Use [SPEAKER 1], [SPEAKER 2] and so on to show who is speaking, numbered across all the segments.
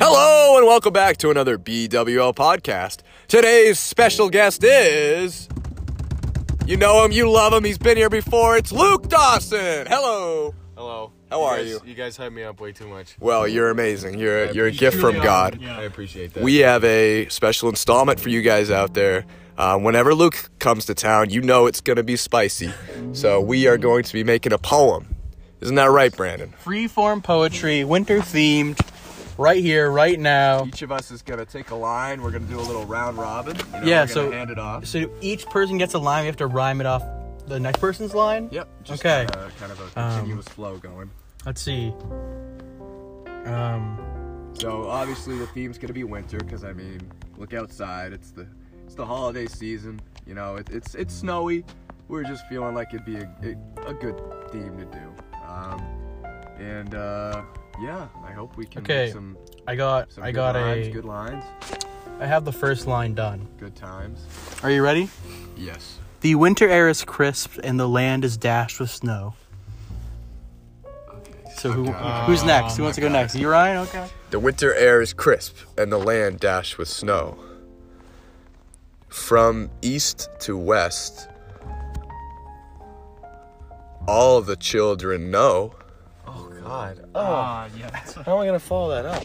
[SPEAKER 1] and welcome back to another BWL podcast. Today's special guest is. You know him, you love him, he's been here before. It's Luke Dawson. Hello.
[SPEAKER 2] Hello.
[SPEAKER 1] How
[SPEAKER 2] you
[SPEAKER 1] are
[SPEAKER 2] guys,
[SPEAKER 1] you?
[SPEAKER 2] You guys hype me up way too much.
[SPEAKER 1] Well, you're amazing. You're, you're a
[SPEAKER 2] You
[SPEAKER 1] gift from
[SPEAKER 2] truly are.
[SPEAKER 1] God.
[SPEAKER 2] I appreciate that.
[SPEAKER 1] We have a special installment for you guys out there. Uh, whenever Luke comes to town, you know it's going to be spicy. So we are going to be making a poem. Isn't that right, Brandon?
[SPEAKER 3] Freeform poetry, winter themed, right here, right now.
[SPEAKER 2] each of us is gonna take a line. We're gonna do a little round robin. You know,
[SPEAKER 3] Yeah,
[SPEAKER 2] we're gonna
[SPEAKER 3] so-
[SPEAKER 2] hand it off.
[SPEAKER 3] So each person gets a line. We have to rhyme it off the next person's line.
[SPEAKER 2] Yep. Just
[SPEAKER 3] Okay. Um,
[SPEAKER 2] Uh, kind of a continuous flow going.
[SPEAKER 3] Let's see. Um.
[SPEAKER 2] So obviously the theme's gonna be winter because I mean, look outside. It's the it's the holiday season. You know, it, it's it's snowy. We're just feeling like it'd be a, a, a good theme to do. Um, and uh, yeah, I hope we can
[SPEAKER 3] Okay.
[SPEAKER 2] make some,
[SPEAKER 3] I got.
[SPEAKER 2] some
[SPEAKER 3] I
[SPEAKER 2] good
[SPEAKER 3] got
[SPEAKER 2] rhymes,
[SPEAKER 3] a.
[SPEAKER 2] good lines,
[SPEAKER 3] I have the first line done.
[SPEAKER 2] good times.
[SPEAKER 3] Are you ready?
[SPEAKER 2] Yes.
[SPEAKER 3] The winter air is crisp and the land is dashed with snow. So who, who's
[SPEAKER 2] Oh
[SPEAKER 3] next? Who wants to go next? You, Ryan? Okay.
[SPEAKER 1] The winter air is crisp, and the land dashed with snow. From east to west, all the children know
[SPEAKER 2] Oh God.
[SPEAKER 3] Ah, yeah.
[SPEAKER 2] How am I gonna follow that up?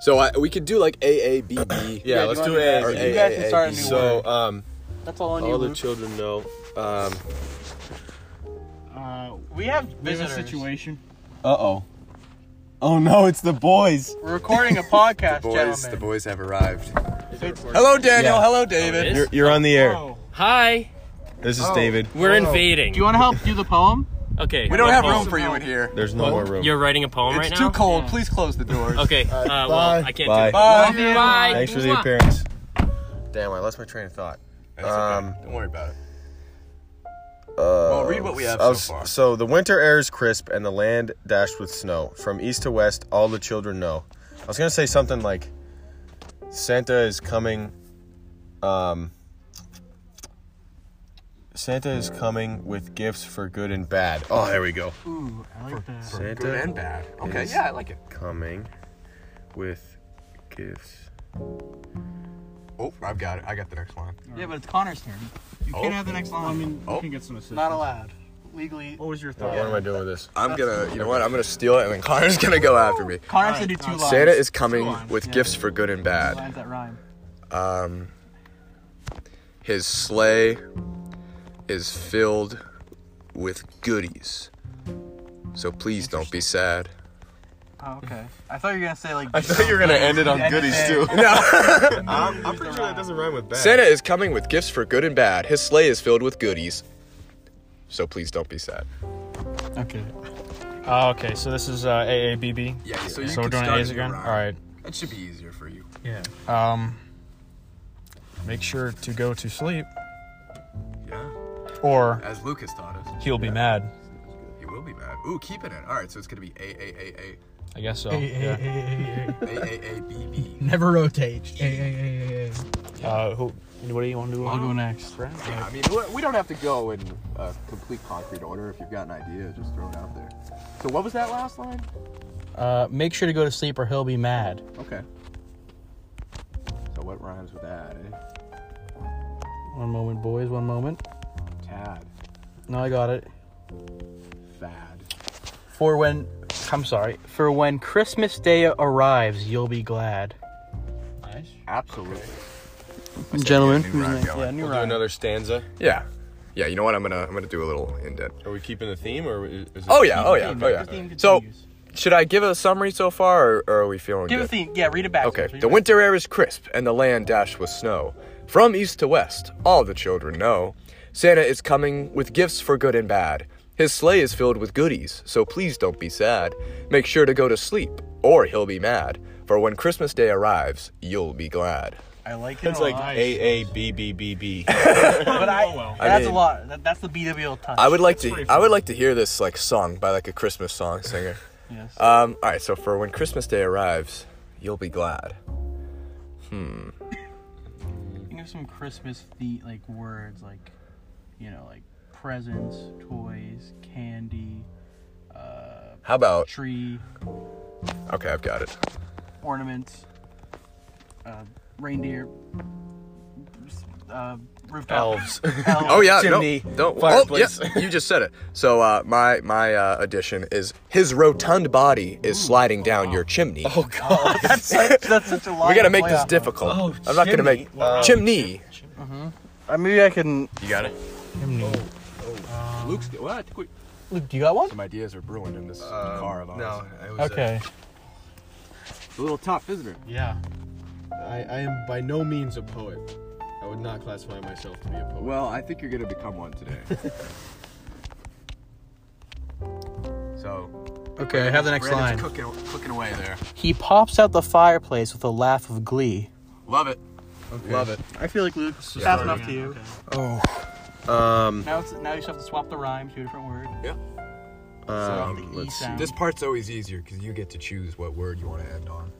[SPEAKER 1] So I, we could do like A A B B.
[SPEAKER 2] Yeah,
[SPEAKER 3] do
[SPEAKER 2] let's
[SPEAKER 3] you
[SPEAKER 2] do
[SPEAKER 3] wanna
[SPEAKER 2] it.
[SPEAKER 3] do
[SPEAKER 1] or
[SPEAKER 3] you
[SPEAKER 1] A,
[SPEAKER 3] guys
[SPEAKER 1] A,
[SPEAKER 3] can
[SPEAKER 1] A,
[SPEAKER 3] start a
[SPEAKER 1] B.
[SPEAKER 3] new
[SPEAKER 2] So, um,
[SPEAKER 3] That's all on you.
[SPEAKER 2] all the
[SPEAKER 3] Luke.
[SPEAKER 2] children know. Um,
[SPEAKER 4] Uh,
[SPEAKER 3] we have
[SPEAKER 4] we have a
[SPEAKER 3] visitors.
[SPEAKER 4] situation.
[SPEAKER 2] uh oh. Oh no, it's the boys.
[SPEAKER 3] We're recording a podcast,
[SPEAKER 1] Boys,
[SPEAKER 3] gentlemen.
[SPEAKER 1] the boys have arrived. Hello, Daniel.
[SPEAKER 2] Yeah.
[SPEAKER 1] Hello, David.
[SPEAKER 2] You're, you're on the air.
[SPEAKER 4] Oh,
[SPEAKER 5] Hi,
[SPEAKER 2] This is David.
[SPEAKER 5] we're invading.
[SPEAKER 3] Do you want to help do the poem?
[SPEAKER 5] okay,
[SPEAKER 1] we don't
[SPEAKER 5] what
[SPEAKER 1] have
[SPEAKER 5] poem?
[SPEAKER 1] room for you in here.
[SPEAKER 2] There's no more room.
[SPEAKER 5] You're writing a poem
[SPEAKER 1] It's
[SPEAKER 5] right
[SPEAKER 1] too
[SPEAKER 5] now.
[SPEAKER 1] cold. Please close the doors.
[SPEAKER 5] Okay, uh, well,
[SPEAKER 2] Bye.
[SPEAKER 5] I can't
[SPEAKER 2] Bye.
[SPEAKER 5] do
[SPEAKER 1] Bye.
[SPEAKER 5] it. Bye.
[SPEAKER 2] Thanks for the
[SPEAKER 5] Mwah.
[SPEAKER 2] appearance. Damn, I lost my train of thought.
[SPEAKER 1] That's
[SPEAKER 2] Um,
[SPEAKER 1] Don't worry about it.
[SPEAKER 2] Uh,
[SPEAKER 1] Well, read what we have
[SPEAKER 6] I
[SPEAKER 1] so
[SPEAKER 6] was-
[SPEAKER 1] far.
[SPEAKER 6] So the winter air is crisp and the land dashed with snow. From east to west, all the children know. I was gonna say something like, Santa is coming. Um, Santa is coming with gifts for good and bad. Oh, there we go.
[SPEAKER 3] Ooh, I like that.
[SPEAKER 6] Santa
[SPEAKER 1] Good and bad. Okay,
[SPEAKER 6] Yes.
[SPEAKER 1] yeah, I like it.
[SPEAKER 6] coming with gifts.
[SPEAKER 1] Oh, I've got it. I got the next line.
[SPEAKER 3] Yeah, but it's Connor's turn. You
[SPEAKER 1] Oh.
[SPEAKER 3] can't have the next line.
[SPEAKER 4] I mean,
[SPEAKER 1] Oh.
[SPEAKER 4] we can get some assistance.
[SPEAKER 3] not allowed. Legally.
[SPEAKER 4] What was your thought?
[SPEAKER 6] What am I doing with this?
[SPEAKER 1] I'm gonna, you know what? I'm gonna steal it, and then Connor's gonna go after me.
[SPEAKER 3] Connor has to do two lines.
[SPEAKER 1] Santa is coming
[SPEAKER 3] lines,
[SPEAKER 1] with
[SPEAKER 3] yeah.
[SPEAKER 1] gifts for good and
[SPEAKER 3] Two
[SPEAKER 1] bad.
[SPEAKER 3] lines that rhyme.
[SPEAKER 1] Um, his sleigh is filled with goodies, so please don't be sad.
[SPEAKER 3] Oh, okay. I thought you were gonna say like.
[SPEAKER 6] I thought you were gonna end it on
[SPEAKER 3] End it
[SPEAKER 6] goodies
[SPEAKER 3] there.
[SPEAKER 6] too.
[SPEAKER 1] No.
[SPEAKER 6] I'm, I'm pretty sure that doesn't rhyme with bad.
[SPEAKER 1] Santa is coming with gifts for good and bad. His sleigh is filled with goodies, so please don't be sad.
[SPEAKER 3] Okay.
[SPEAKER 4] Oh, okay, so this is uh, AABB.
[SPEAKER 1] Yeah, so
[SPEAKER 4] so we're doing A's again. All right.
[SPEAKER 1] That should be easier for you.
[SPEAKER 3] Yeah.
[SPEAKER 4] Um, make sure to go to sleep,
[SPEAKER 1] Yeah,
[SPEAKER 4] or
[SPEAKER 1] as Lucas taught us.
[SPEAKER 4] he'll be mad.
[SPEAKER 1] He will be mad. Ooh, keeping it. All right, so it's gonna be A A
[SPEAKER 4] I guess so.
[SPEAKER 3] A A
[SPEAKER 4] yeah.
[SPEAKER 3] A
[SPEAKER 1] A
[SPEAKER 3] A A.
[SPEAKER 1] A A A B B.
[SPEAKER 3] Never rotate. A A A A.
[SPEAKER 4] Uh, who? What do you want to do?
[SPEAKER 3] I'll go next.
[SPEAKER 1] Yeah, I mean, we- we don't have to go in uh, complete concrete order. If you've got an idea, just throw it out there. So, what was that last line?
[SPEAKER 3] Uh, make sure to go to sleep or he'll be mad.
[SPEAKER 1] Okay. So, what rhymes with that? Eh?
[SPEAKER 3] One moment, boys. One moment.
[SPEAKER 1] Tad,
[SPEAKER 3] No, I got it.
[SPEAKER 1] fad.
[SPEAKER 3] For when. I'm sorry. For when Christmas Day arrives, you'll be glad.
[SPEAKER 4] Nice.
[SPEAKER 1] Absolutely.
[SPEAKER 3] Gentlemen,
[SPEAKER 1] new
[SPEAKER 3] who's
[SPEAKER 1] rhyme
[SPEAKER 3] next?
[SPEAKER 1] going.
[SPEAKER 3] Yeah, new
[SPEAKER 6] We'll do
[SPEAKER 3] rhyme.
[SPEAKER 6] another stanza.
[SPEAKER 1] Yeah, yeah. You know what? I'm gonna I'm gonna do a little in depth.
[SPEAKER 6] Are we keeping the theme or is it
[SPEAKER 1] Oh yeah, oh yeah, oh
[SPEAKER 3] The
[SPEAKER 1] yeah.
[SPEAKER 3] theme
[SPEAKER 1] So,
[SPEAKER 3] continues.
[SPEAKER 1] should I give a summary so far, or, or are we feeling
[SPEAKER 3] Give
[SPEAKER 1] good?
[SPEAKER 3] a theme. Yeah, read it back.
[SPEAKER 1] Okay, the winter air is crisp and the land dashed with snow. From east to west, all the children know. Santa is coming with gifts for good and bad. His sleigh is filled with goodies, so please don't be sad. Make sure to go to sleep, or he'll be mad. For when Christmas Day arrives, you'll be glad.
[SPEAKER 3] I like it.
[SPEAKER 6] It's
[SPEAKER 3] a
[SPEAKER 6] like
[SPEAKER 3] lot.
[SPEAKER 6] A A B B B B.
[SPEAKER 3] but I, that's a lot. That, that's the BWL touch.
[SPEAKER 1] I would like to I would like to hear this like sung by like a Christmas song singer.
[SPEAKER 3] Yes.
[SPEAKER 1] Um, all right, so for when Christmas Day arrives, you'll be glad.
[SPEAKER 3] Think of some Christmas the like words like, you know, like presents, toys, candy, uh,
[SPEAKER 7] How about?
[SPEAKER 3] tree
[SPEAKER 7] Okay, I've got it.
[SPEAKER 3] ornaments, uh, reindeer, uh, rooftop
[SPEAKER 4] Elves.
[SPEAKER 3] elves.
[SPEAKER 7] Oh yeah,
[SPEAKER 4] Chimney,
[SPEAKER 7] no, don't.
[SPEAKER 4] fireplace.
[SPEAKER 7] Oh, yeah, you just said it. So uh, my my uh, addition is his rotund body is sliding down your chimney.
[SPEAKER 4] Oh god.
[SPEAKER 3] That's such, that's such a lot.
[SPEAKER 7] we gotta make
[SPEAKER 3] to
[SPEAKER 7] this
[SPEAKER 3] play
[SPEAKER 7] difficult.
[SPEAKER 4] Oh,
[SPEAKER 7] I'm not gonna
[SPEAKER 4] chimney.
[SPEAKER 7] make
[SPEAKER 4] Wow.
[SPEAKER 7] chimney.
[SPEAKER 3] off of. Uh, maybe I can.
[SPEAKER 6] You got it.
[SPEAKER 1] Luke's. Well, I think we,
[SPEAKER 3] Luke, do you got one?
[SPEAKER 1] some ideas are brewing in this car of ours.
[SPEAKER 6] Um, No, it was
[SPEAKER 3] Okay.
[SPEAKER 1] A little tough, isn't it?
[SPEAKER 4] Yeah.
[SPEAKER 6] I, I am by no means a poet. I would not classify myself to be a poet.
[SPEAKER 1] Well, I think you're gonna become one today. so.
[SPEAKER 3] Okay, I have the next
[SPEAKER 1] Brandon's
[SPEAKER 3] line.
[SPEAKER 1] Cooking, cooking away there.
[SPEAKER 3] He pops out the fireplace with a laugh of glee.
[SPEAKER 1] Love it. Love it.
[SPEAKER 3] I feel like Luke. That's enough to you.
[SPEAKER 6] Oh. Um.
[SPEAKER 3] Now, it's, now you just have to swap the rhyme to a different word.
[SPEAKER 6] um,
[SPEAKER 3] the E
[SPEAKER 6] let's see.
[SPEAKER 3] sound.
[SPEAKER 1] This part's always easier because you get to choose what word you want to end on.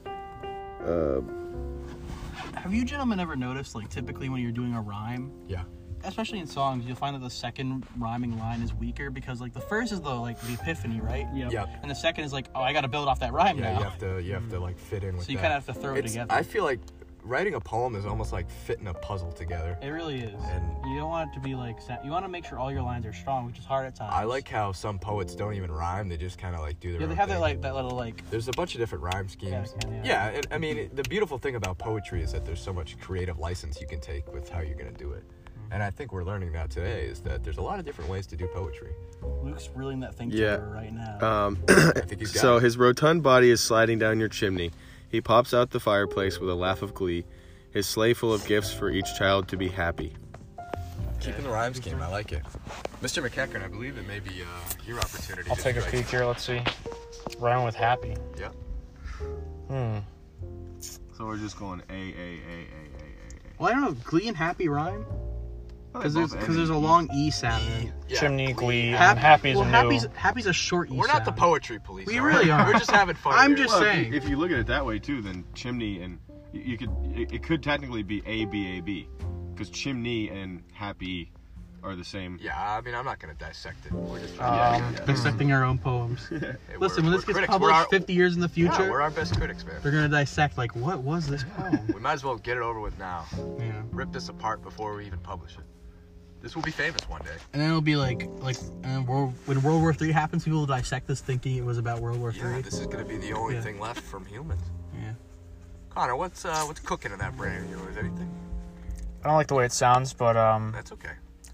[SPEAKER 3] Have you gentlemen ever noticed, like, typically when you're doing a rhyme,
[SPEAKER 1] Yeah.
[SPEAKER 3] especially in songs, you'll find that the second rhyming line is weaker because, like, the first is the like the epiphany, right? Yeah.
[SPEAKER 1] Yep.
[SPEAKER 3] And the second is like, oh, I got to build off that rhyme
[SPEAKER 1] Yeah,
[SPEAKER 3] now.
[SPEAKER 1] you have to you have to like fit in with.
[SPEAKER 3] So you
[SPEAKER 1] that.
[SPEAKER 3] kinda have to throw it
[SPEAKER 1] It's-
[SPEAKER 3] together.
[SPEAKER 1] I feel like writing a poem is almost like fitting a puzzle together.
[SPEAKER 3] It really is.
[SPEAKER 1] And-
[SPEAKER 3] you don't want it to be like set. You want to make sure all your lines are strong, which is hard at times.
[SPEAKER 1] I like how some poets don't even rhyme; they just kind of like do their.
[SPEAKER 3] Yeah,
[SPEAKER 1] own
[SPEAKER 3] they have
[SPEAKER 1] thing.
[SPEAKER 3] that like that little like.
[SPEAKER 1] There's a bunch of different rhyme schemes.
[SPEAKER 3] kinda,
[SPEAKER 1] yeah, and, I mean it- the beautiful thing about poetry is that there's so much creative license you can take with how you're gonna do it.
[SPEAKER 3] Mm-hmm.
[SPEAKER 1] And I think we're learning that today is that there's a lot of different ways to do poetry.
[SPEAKER 3] Luke's reeling that thing
[SPEAKER 6] Yeah.
[SPEAKER 3] together right now.
[SPEAKER 6] Um,
[SPEAKER 1] I think he's got
[SPEAKER 6] so
[SPEAKER 1] it.
[SPEAKER 6] his rotund body is sliding down your chimney. He pops out the fireplace with a laugh of glee. His sleigh full of gifts for each child to be happy.
[SPEAKER 1] keeping the rhyme scheme. I like it. Mr. McEachern, I believe it may be uh, your opportunity.
[SPEAKER 4] I'll
[SPEAKER 1] to
[SPEAKER 4] take a
[SPEAKER 1] strike-
[SPEAKER 4] peek here. Let's see. Round with happy.
[SPEAKER 1] Yeah.
[SPEAKER 4] Hmm.
[SPEAKER 1] So we're just going A A A A
[SPEAKER 3] well, I don't know. Glee and happy rhyme
[SPEAKER 1] A A.
[SPEAKER 3] because there's because there's a long e sound. in it.
[SPEAKER 4] Chimney glee.
[SPEAKER 3] Hap-
[SPEAKER 4] and happy's
[SPEAKER 3] well,
[SPEAKER 4] a
[SPEAKER 3] happy's
[SPEAKER 4] no.
[SPEAKER 3] happy's a short e
[SPEAKER 1] We're not the
[SPEAKER 3] sound.
[SPEAKER 1] poetry police.
[SPEAKER 3] We
[SPEAKER 1] all
[SPEAKER 3] really
[SPEAKER 1] right?
[SPEAKER 3] are.
[SPEAKER 1] We're just having fun.
[SPEAKER 3] I'm
[SPEAKER 1] here.
[SPEAKER 3] just
[SPEAKER 6] if you-
[SPEAKER 3] saying.
[SPEAKER 6] If you, look at it that way too, then chimney and you, you could it, it could technically be A B A B, because chimney and happy are the same.
[SPEAKER 1] Yeah, I mean, I'm not gonna dissect it. We're just
[SPEAKER 4] Um,
[SPEAKER 1] yeah, yeah, yeah.
[SPEAKER 3] Dissecting our own poems.
[SPEAKER 1] Hey, we're-
[SPEAKER 3] Listen, when
[SPEAKER 1] we're
[SPEAKER 3] this gets
[SPEAKER 1] critics. We're
[SPEAKER 3] published
[SPEAKER 1] our-
[SPEAKER 3] 50 years in the
[SPEAKER 1] yeah,
[SPEAKER 3] future,
[SPEAKER 1] we're our best critics, man.
[SPEAKER 3] they're gonna dissect like, what was this poem?
[SPEAKER 1] We might as well get it over with now.
[SPEAKER 3] yeah.
[SPEAKER 1] Rip this apart before we even publish it. This will be famous one day.
[SPEAKER 3] And then it'll be like, like uh, World, when World War Three happens, people will dissect this thinking it was about World War
[SPEAKER 1] Yeah,
[SPEAKER 3] Three.
[SPEAKER 1] this is gonna be the only
[SPEAKER 3] Yeah.
[SPEAKER 1] thing left from humans.
[SPEAKER 3] Yeah.
[SPEAKER 1] Connor, what's uh, what's cooking in that brain of yours? Anything?
[SPEAKER 4] I don't like the way it sounds, but um.
[SPEAKER 1] That's okay.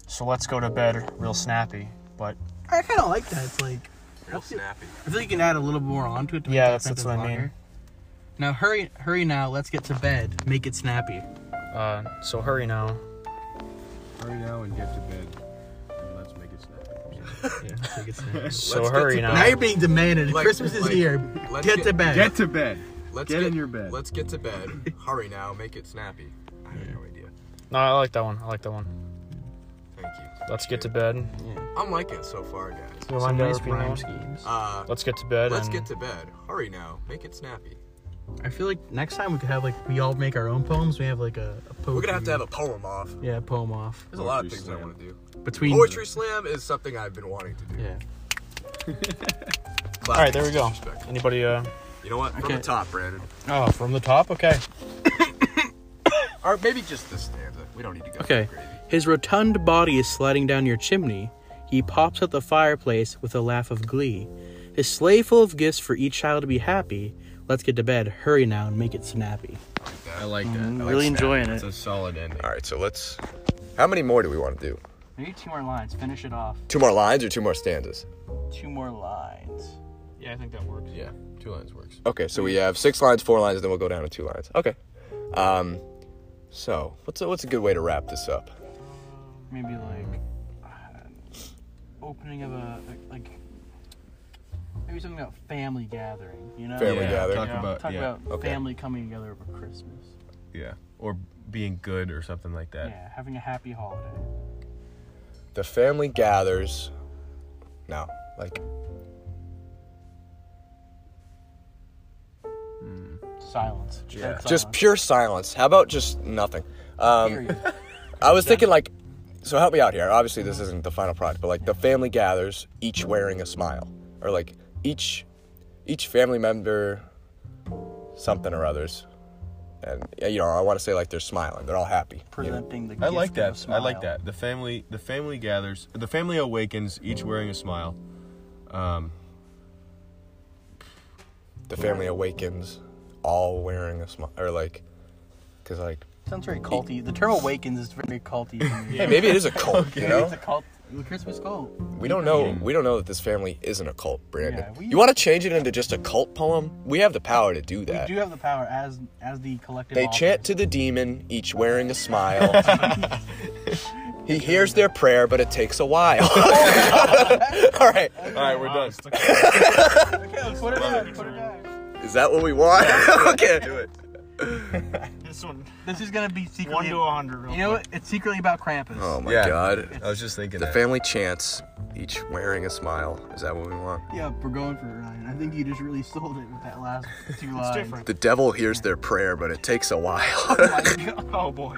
[SPEAKER 4] So let's go to bed real snappy. But
[SPEAKER 3] I kind of like that. It's like
[SPEAKER 1] Real snappy.
[SPEAKER 3] I feel you can add a little more onto it. To
[SPEAKER 4] Yeah,
[SPEAKER 3] make that
[SPEAKER 4] that's- that's
[SPEAKER 3] sentence
[SPEAKER 4] what I
[SPEAKER 3] longer.
[SPEAKER 4] mean.
[SPEAKER 3] Now hurry, hurry now. Let's get to bed. Make it snappy.
[SPEAKER 4] uh, so hurry now.
[SPEAKER 1] Hurry now and get to bed. Let's make it snappy.
[SPEAKER 3] Yeah, make it snappy.
[SPEAKER 4] So
[SPEAKER 1] Let's get
[SPEAKER 4] hurry
[SPEAKER 1] to
[SPEAKER 4] now.
[SPEAKER 3] now you're being demanded.
[SPEAKER 1] Like-
[SPEAKER 3] Christmas is
[SPEAKER 1] like,
[SPEAKER 3] here. Get,
[SPEAKER 1] let's get-
[SPEAKER 3] to bed.
[SPEAKER 6] to bed.
[SPEAKER 1] Let's
[SPEAKER 6] Get in your bed.
[SPEAKER 1] Let's get to bed. Hurry now. Make it snappy. I have no idea.
[SPEAKER 4] No, I like that one. I like that one.
[SPEAKER 1] Thank you.
[SPEAKER 4] Let's get to bed.
[SPEAKER 1] I'm liking it so far, guys.
[SPEAKER 4] You
[SPEAKER 3] Some
[SPEAKER 4] mind
[SPEAKER 3] nice
[SPEAKER 4] repeating that
[SPEAKER 3] rhyme
[SPEAKER 4] one?
[SPEAKER 3] schemes.
[SPEAKER 1] Uh,
[SPEAKER 4] Let's get to bed.
[SPEAKER 1] let's
[SPEAKER 4] and-
[SPEAKER 1] get to bed. Hurry now. Make it snappy.
[SPEAKER 3] I feel like next time we could have like we all make our own poems. We have like a, a poetry.
[SPEAKER 1] We're gonna have to have a poem off.
[SPEAKER 3] yeah poem off
[SPEAKER 1] There's a lot of
[SPEAKER 6] Poetry
[SPEAKER 1] things I
[SPEAKER 6] slam.
[SPEAKER 1] want to do.
[SPEAKER 3] between
[SPEAKER 1] Poetry slam is something I've been wanting to do.
[SPEAKER 3] Yeah.
[SPEAKER 1] All
[SPEAKER 4] All right, there we go. Anybody? uh...
[SPEAKER 1] You know what? From
[SPEAKER 3] Okay.
[SPEAKER 1] the top, Brandon.
[SPEAKER 4] Oh, from the top. Okay.
[SPEAKER 1] Or maybe just this stanza. We don't need to go.
[SPEAKER 3] Okay.
[SPEAKER 1] Crazy.
[SPEAKER 3] His rotund body is sliding down your chimney. He pops out the fireplace with a laugh of glee. His sleigh full of gifts for each child to be happy. Let's get to bed. Hurry now and make it snappy.
[SPEAKER 6] I like that.
[SPEAKER 3] I'm Mm, really enjoying it.
[SPEAKER 6] It's a solid ending.
[SPEAKER 7] All right, so let's. How many more do we want to do?
[SPEAKER 3] We need two more lines. Finish it off.
[SPEAKER 7] Two more lines or two more stanzas?
[SPEAKER 3] Two more lines.
[SPEAKER 4] Yeah, I think that works.
[SPEAKER 6] Yeah, two lines works.
[SPEAKER 7] Okay, so we have six lines, four lines, then we'll go down to two lines. Okay. Um, so what's a, what's a good way to wrap this up?
[SPEAKER 3] Maybe like uh, opening of a like maybe something about family gathering. You know,
[SPEAKER 7] Family
[SPEAKER 6] yeah,
[SPEAKER 7] gathering.
[SPEAKER 6] Talk
[SPEAKER 4] Yeah.
[SPEAKER 6] about
[SPEAKER 3] talk
[SPEAKER 6] yeah,
[SPEAKER 3] about
[SPEAKER 7] okay.
[SPEAKER 3] family coming together over Christmas.
[SPEAKER 6] yeah, or being good or something like that.
[SPEAKER 3] Yeah, having a happy holiday.
[SPEAKER 7] The family gathers. No, like
[SPEAKER 3] Silence. Dead
[SPEAKER 7] just
[SPEAKER 3] silence.
[SPEAKER 7] pure silence. How about just nothing? Um,
[SPEAKER 3] Period.
[SPEAKER 7] I was thinking like, so help me out here. Obviously, this isn't the final product, but like the family gathers, each wearing a smile, or like
[SPEAKER 1] each each family member something or others. And you know, I want to say like they're smiling. They're all happy. you know?
[SPEAKER 3] presenting the
[SPEAKER 6] I
[SPEAKER 3] gift
[SPEAKER 6] like
[SPEAKER 3] of a
[SPEAKER 6] that. I like
[SPEAKER 3] smile.
[SPEAKER 6] that. The family the family gathers. The family awakens, each wearing a smile. Um,
[SPEAKER 1] The family awakens, all wearing a smile, or like, cause like,
[SPEAKER 3] Sounds very culty. The term awakens is very culty. to me.
[SPEAKER 1] hey, maybe it is a cult. You know, Uh,
[SPEAKER 3] It's a cult. The Christmas cult.
[SPEAKER 1] we don't know. We don't know that this family isn't a cult, Brandon.
[SPEAKER 3] Yeah, we-
[SPEAKER 1] you want to change it into just a cult poem? We have the power to do
[SPEAKER 3] We
[SPEAKER 1] that.
[SPEAKER 3] do have the power as as the collective.
[SPEAKER 1] They
[SPEAKER 3] author.
[SPEAKER 1] chant to the demon, each wearing a smile. he hears their prayer, but it takes a while. All right,
[SPEAKER 6] all right, we're done.
[SPEAKER 3] Okay, let's put it down. Put it down.
[SPEAKER 1] is that what we want? okay.
[SPEAKER 6] Do it.
[SPEAKER 4] This one,
[SPEAKER 3] This is gonna be
[SPEAKER 4] one
[SPEAKER 3] secretly.
[SPEAKER 4] to a hundred. real
[SPEAKER 3] You know, what? it's secretly about Krampus.
[SPEAKER 1] Oh my
[SPEAKER 6] Yeah.
[SPEAKER 1] god.
[SPEAKER 6] I was just thinking.
[SPEAKER 1] The
[SPEAKER 6] that.
[SPEAKER 1] family chants, each wearing a smile. Is that what we want?
[SPEAKER 3] Yeah, we're going for it, Ryan. I think you just really sold it with that last two lines.
[SPEAKER 4] different.
[SPEAKER 1] The devil hears their prayer, but it takes a while.
[SPEAKER 4] quick. Oh boy.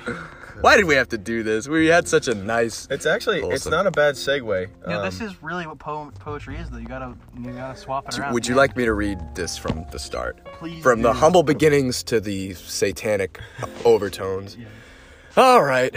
[SPEAKER 1] Why did we have to do this? We had such a nice.
[SPEAKER 6] It's actually it's
[SPEAKER 1] Awesome.
[SPEAKER 6] not a bad segue.
[SPEAKER 3] Yeah, this
[SPEAKER 6] Um,
[SPEAKER 3] is really what poem, poetry is, though. You gotta, you gotta swap it
[SPEAKER 1] Do-
[SPEAKER 3] around.
[SPEAKER 1] Would you
[SPEAKER 3] man.
[SPEAKER 1] like me to read this from the start?
[SPEAKER 3] Please
[SPEAKER 1] from the
[SPEAKER 3] do.
[SPEAKER 1] humble beginnings to the satanic overtones. All right.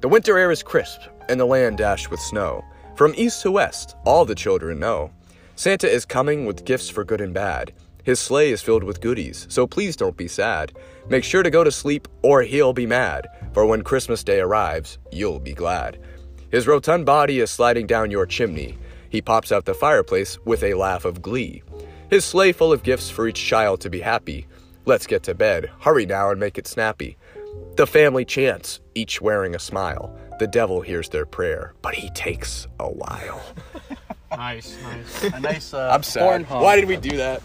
[SPEAKER 1] The winter air is crisp and the land dashed with snow. From east to west, all the children know. Santa is coming with gifts for good and bad. His sleigh is filled with goodies, so please don't be sad. Make sure to go to sleep or he'll be mad, for when Christmas Day arrives, you'll be glad. His rotund body is sliding down your chimney. He pops out the fireplace with a laugh of glee. His sleigh full of gifts for each child to be happy. Let's get to bed. Hurry now and make it snappy. The family chants, each wearing a smile. The devil hears their prayer, but he takes a while.
[SPEAKER 4] Nice, nice.
[SPEAKER 3] a nice uh,
[SPEAKER 1] I'm sad.
[SPEAKER 3] horn hum.
[SPEAKER 1] Why did we do that?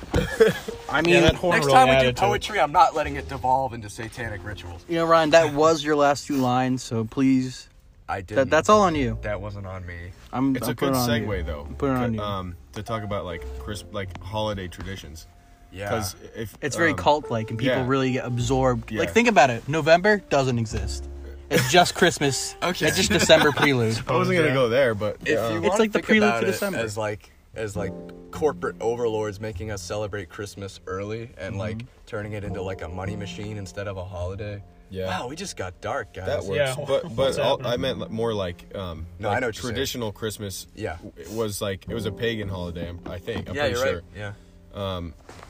[SPEAKER 8] I mean,
[SPEAKER 4] horn
[SPEAKER 1] Next time we do poetry, I'm not letting it devolve into satanic rituals.
[SPEAKER 3] You know, Ryan, that was your last two lines, so please,
[SPEAKER 1] I did.
[SPEAKER 3] that, that's all on you.
[SPEAKER 1] That wasn't on me.
[SPEAKER 3] I'm.
[SPEAKER 6] it's
[SPEAKER 3] I'm
[SPEAKER 6] a good
[SPEAKER 3] putting it on
[SPEAKER 6] segue
[SPEAKER 3] you.
[SPEAKER 6] though.
[SPEAKER 3] Put it on you.
[SPEAKER 6] Um, to talk about like crisp like holiday traditions.
[SPEAKER 1] Yeah.
[SPEAKER 6] Because if
[SPEAKER 3] It's very
[SPEAKER 6] um,
[SPEAKER 3] cult-like, and people
[SPEAKER 6] yeah.
[SPEAKER 3] really get absorbed. Like,
[SPEAKER 6] Yeah.
[SPEAKER 3] think about it. November doesn't exist. It's just Christmas.
[SPEAKER 1] Okay.
[SPEAKER 3] It's just December prelude.
[SPEAKER 6] I wasn't gonna go there, but um,
[SPEAKER 1] if
[SPEAKER 6] yeah.
[SPEAKER 1] you
[SPEAKER 3] It's
[SPEAKER 1] wanna
[SPEAKER 3] like the
[SPEAKER 1] think
[SPEAKER 3] prelude
[SPEAKER 1] about
[SPEAKER 3] to
[SPEAKER 1] it
[SPEAKER 3] December.
[SPEAKER 1] as like as like corporate overlords making us celebrate Christmas early and
[SPEAKER 6] Mm-hmm.
[SPEAKER 1] like turning it into like a money machine instead of a holiday.
[SPEAKER 6] Yeah.
[SPEAKER 1] Wow, we just got dark, guys.
[SPEAKER 6] that works.
[SPEAKER 4] Yeah,
[SPEAKER 6] but but
[SPEAKER 4] what's
[SPEAKER 6] all,
[SPEAKER 4] happening?
[SPEAKER 6] I meant li- more like um
[SPEAKER 1] No, I
[SPEAKER 6] like
[SPEAKER 1] know what you're saying.
[SPEAKER 6] traditional Christmas.
[SPEAKER 1] Yeah.
[SPEAKER 6] w- It was like it was a pagan holiday. I'm- I think. I'm
[SPEAKER 1] yeah,
[SPEAKER 6] pretty
[SPEAKER 1] you're
[SPEAKER 6] sure.
[SPEAKER 1] right. Yeah.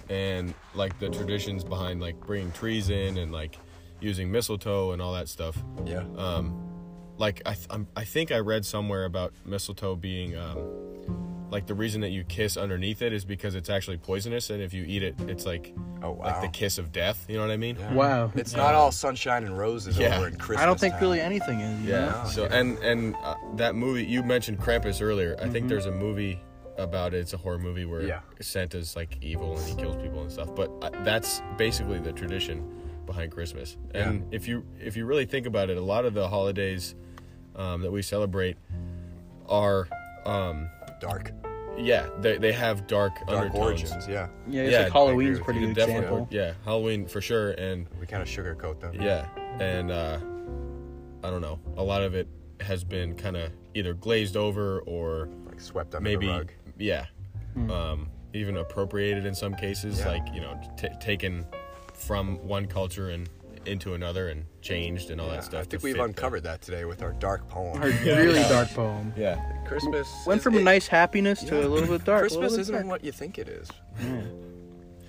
[SPEAKER 6] and like the traditions behind like bringing trees in and like using mistletoe and all that stuff.
[SPEAKER 1] Yeah.
[SPEAKER 6] Like I th- I'm, I think I read somewhere about mistletoe being um, like the reason that you kiss underneath it is because it's actually poisonous and if you eat it it's like
[SPEAKER 1] Oh,
[SPEAKER 6] like the
[SPEAKER 1] wow.
[SPEAKER 6] kiss of death. You know what I mean? Yeah.
[SPEAKER 3] Wow.
[SPEAKER 1] it's not all sunshine and roses
[SPEAKER 6] Yeah.
[SPEAKER 1] over in Christmas.
[SPEAKER 3] I don't think
[SPEAKER 1] time.
[SPEAKER 3] really anything is. You know?
[SPEAKER 6] So and and uh, that movie you mentioned Krampus earlier. I think there's a movie about it. It's a horror movie where
[SPEAKER 1] Mm-hmm. Yeah.
[SPEAKER 6] Santa's like evil and he kills people and stuff. But uh, that's basically the tradition behind Christmas. And if you if you really think about it, a lot of the holidays um, that we celebrate are um,
[SPEAKER 1] dark,
[SPEAKER 6] yeah they, they have dark,
[SPEAKER 1] dark
[SPEAKER 6] undertones.
[SPEAKER 1] origins. Yeah.
[SPEAKER 3] Yeah, it's
[SPEAKER 6] Yeah,
[SPEAKER 3] like
[SPEAKER 6] I
[SPEAKER 1] agree
[SPEAKER 3] Halloween's
[SPEAKER 1] with
[SPEAKER 3] pretty
[SPEAKER 6] It
[SPEAKER 3] good
[SPEAKER 6] definitely-
[SPEAKER 3] example.
[SPEAKER 6] yeah Halloween for sure and
[SPEAKER 1] We kind of sugarcoat them.
[SPEAKER 6] yeah, and uh, I don't know. A lot of it has been kind of either glazed over or
[SPEAKER 1] Like swept under
[SPEAKER 6] maybe,
[SPEAKER 1] the rug.
[SPEAKER 6] yeah, um, even appropriated in some cases.
[SPEAKER 1] Yeah.
[SPEAKER 6] Like you know, t- taken from one culture and into another and changed and all
[SPEAKER 1] Yeah,
[SPEAKER 6] that stuff.
[SPEAKER 1] I
[SPEAKER 6] to
[SPEAKER 1] think we've
[SPEAKER 6] fit the-
[SPEAKER 1] uncovered that today with our dark poem.
[SPEAKER 3] Or really dark poem.
[SPEAKER 6] yeah,
[SPEAKER 1] Christmas
[SPEAKER 3] Went
[SPEAKER 1] is-
[SPEAKER 3] from
[SPEAKER 1] it-
[SPEAKER 3] nice happiness to a little bit dark. a
[SPEAKER 1] Christmas
[SPEAKER 3] little bit
[SPEAKER 1] isn't
[SPEAKER 3] dark.
[SPEAKER 1] what you think it is.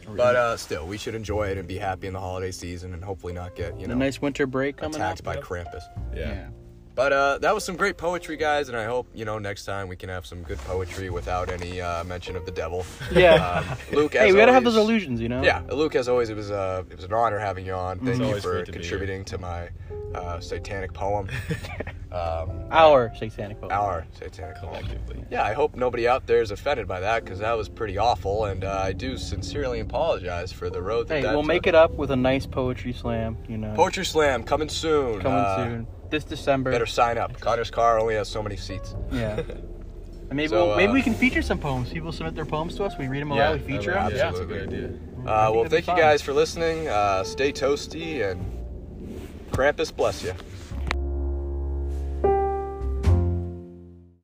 [SPEAKER 1] But uh, still, we should enjoy it and be happy in the holiday season and hopefully not get, you
[SPEAKER 3] a
[SPEAKER 1] know,
[SPEAKER 3] nice winter break coming
[SPEAKER 1] attacked
[SPEAKER 3] up.
[SPEAKER 1] by Krampus.
[SPEAKER 6] yeah.
[SPEAKER 1] But uh, that was some great poetry, guys, and I hope, you know, next time we can have some good poetry without any uh, mention of the devil.
[SPEAKER 3] Yeah.
[SPEAKER 1] Um, Luke,
[SPEAKER 3] hey,
[SPEAKER 1] as
[SPEAKER 3] we gotta have those
[SPEAKER 1] always-
[SPEAKER 3] illusions, you know.
[SPEAKER 1] Yeah, Luke, as always, it was uh, it was an honor having you on.
[SPEAKER 3] Mm-hmm.
[SPEAKER 1] Thank you
[SPEAKER 6] always
[SPEAKER 1] for
[SPEAKER 6] great to be here.
[SPEAKER 1] contributing to my uh, satanic poem,
[SPEAKER 3] Our satanic poem.
[SPEAKER 1] our satanic poem.
[SPEAKER 6] Collectively.
[SPEAKER 1] Yeah, I hope nobody out there is offended by that because that was pretty awful, and uh, I do sincerely apologize for the road that
[SPEAKER 3] Hey,
[SPEAKER 1] that
[SPEAKER 3] we'll make
[SPEAKER 1] took.
[SPEAKER 3] it up with a nice poetry slam, you know.
[SPEAKER 1] Poetry Slam coming soon.
[SPEAKER 3] coming
[SPEAKER 1] Uh,
[SPEAKER 3] soon. This December.
[SPEAKER 1] Better sign up. Connor's car only has so many seats.
[SPEAKER 3] Yeah. And maybe
[SPEAKER 1] So,
[SPEAKER 3] we'll, maybe
[SPEAKER 1] uh,
[SPEAKER 3] we can feature some poems. People submit their poems to us. We read them
[SPEAKER 6] Yeah,
[SPEAKER 3] aloud.
[SPEAKER 6] I
[SPEAKER 3] We feature
[SPEAKER 6] would-
[SPEAKER 3] them.
[SPEAKER 6] yeah, that's a
[SPEAKER 1] Absolutely.
[SPEAKER 6] good idea.
[SPEAKER 3] Mm-hmm.
[SPEAKER 1] Uh, well,
[SPEAKER 3] that'd be
[SPEAKER 1] thank you
[SPEAKER 3] fun.
[SPEAKER 1] guys for listening. Uh, stay toasty and Krampus bless you.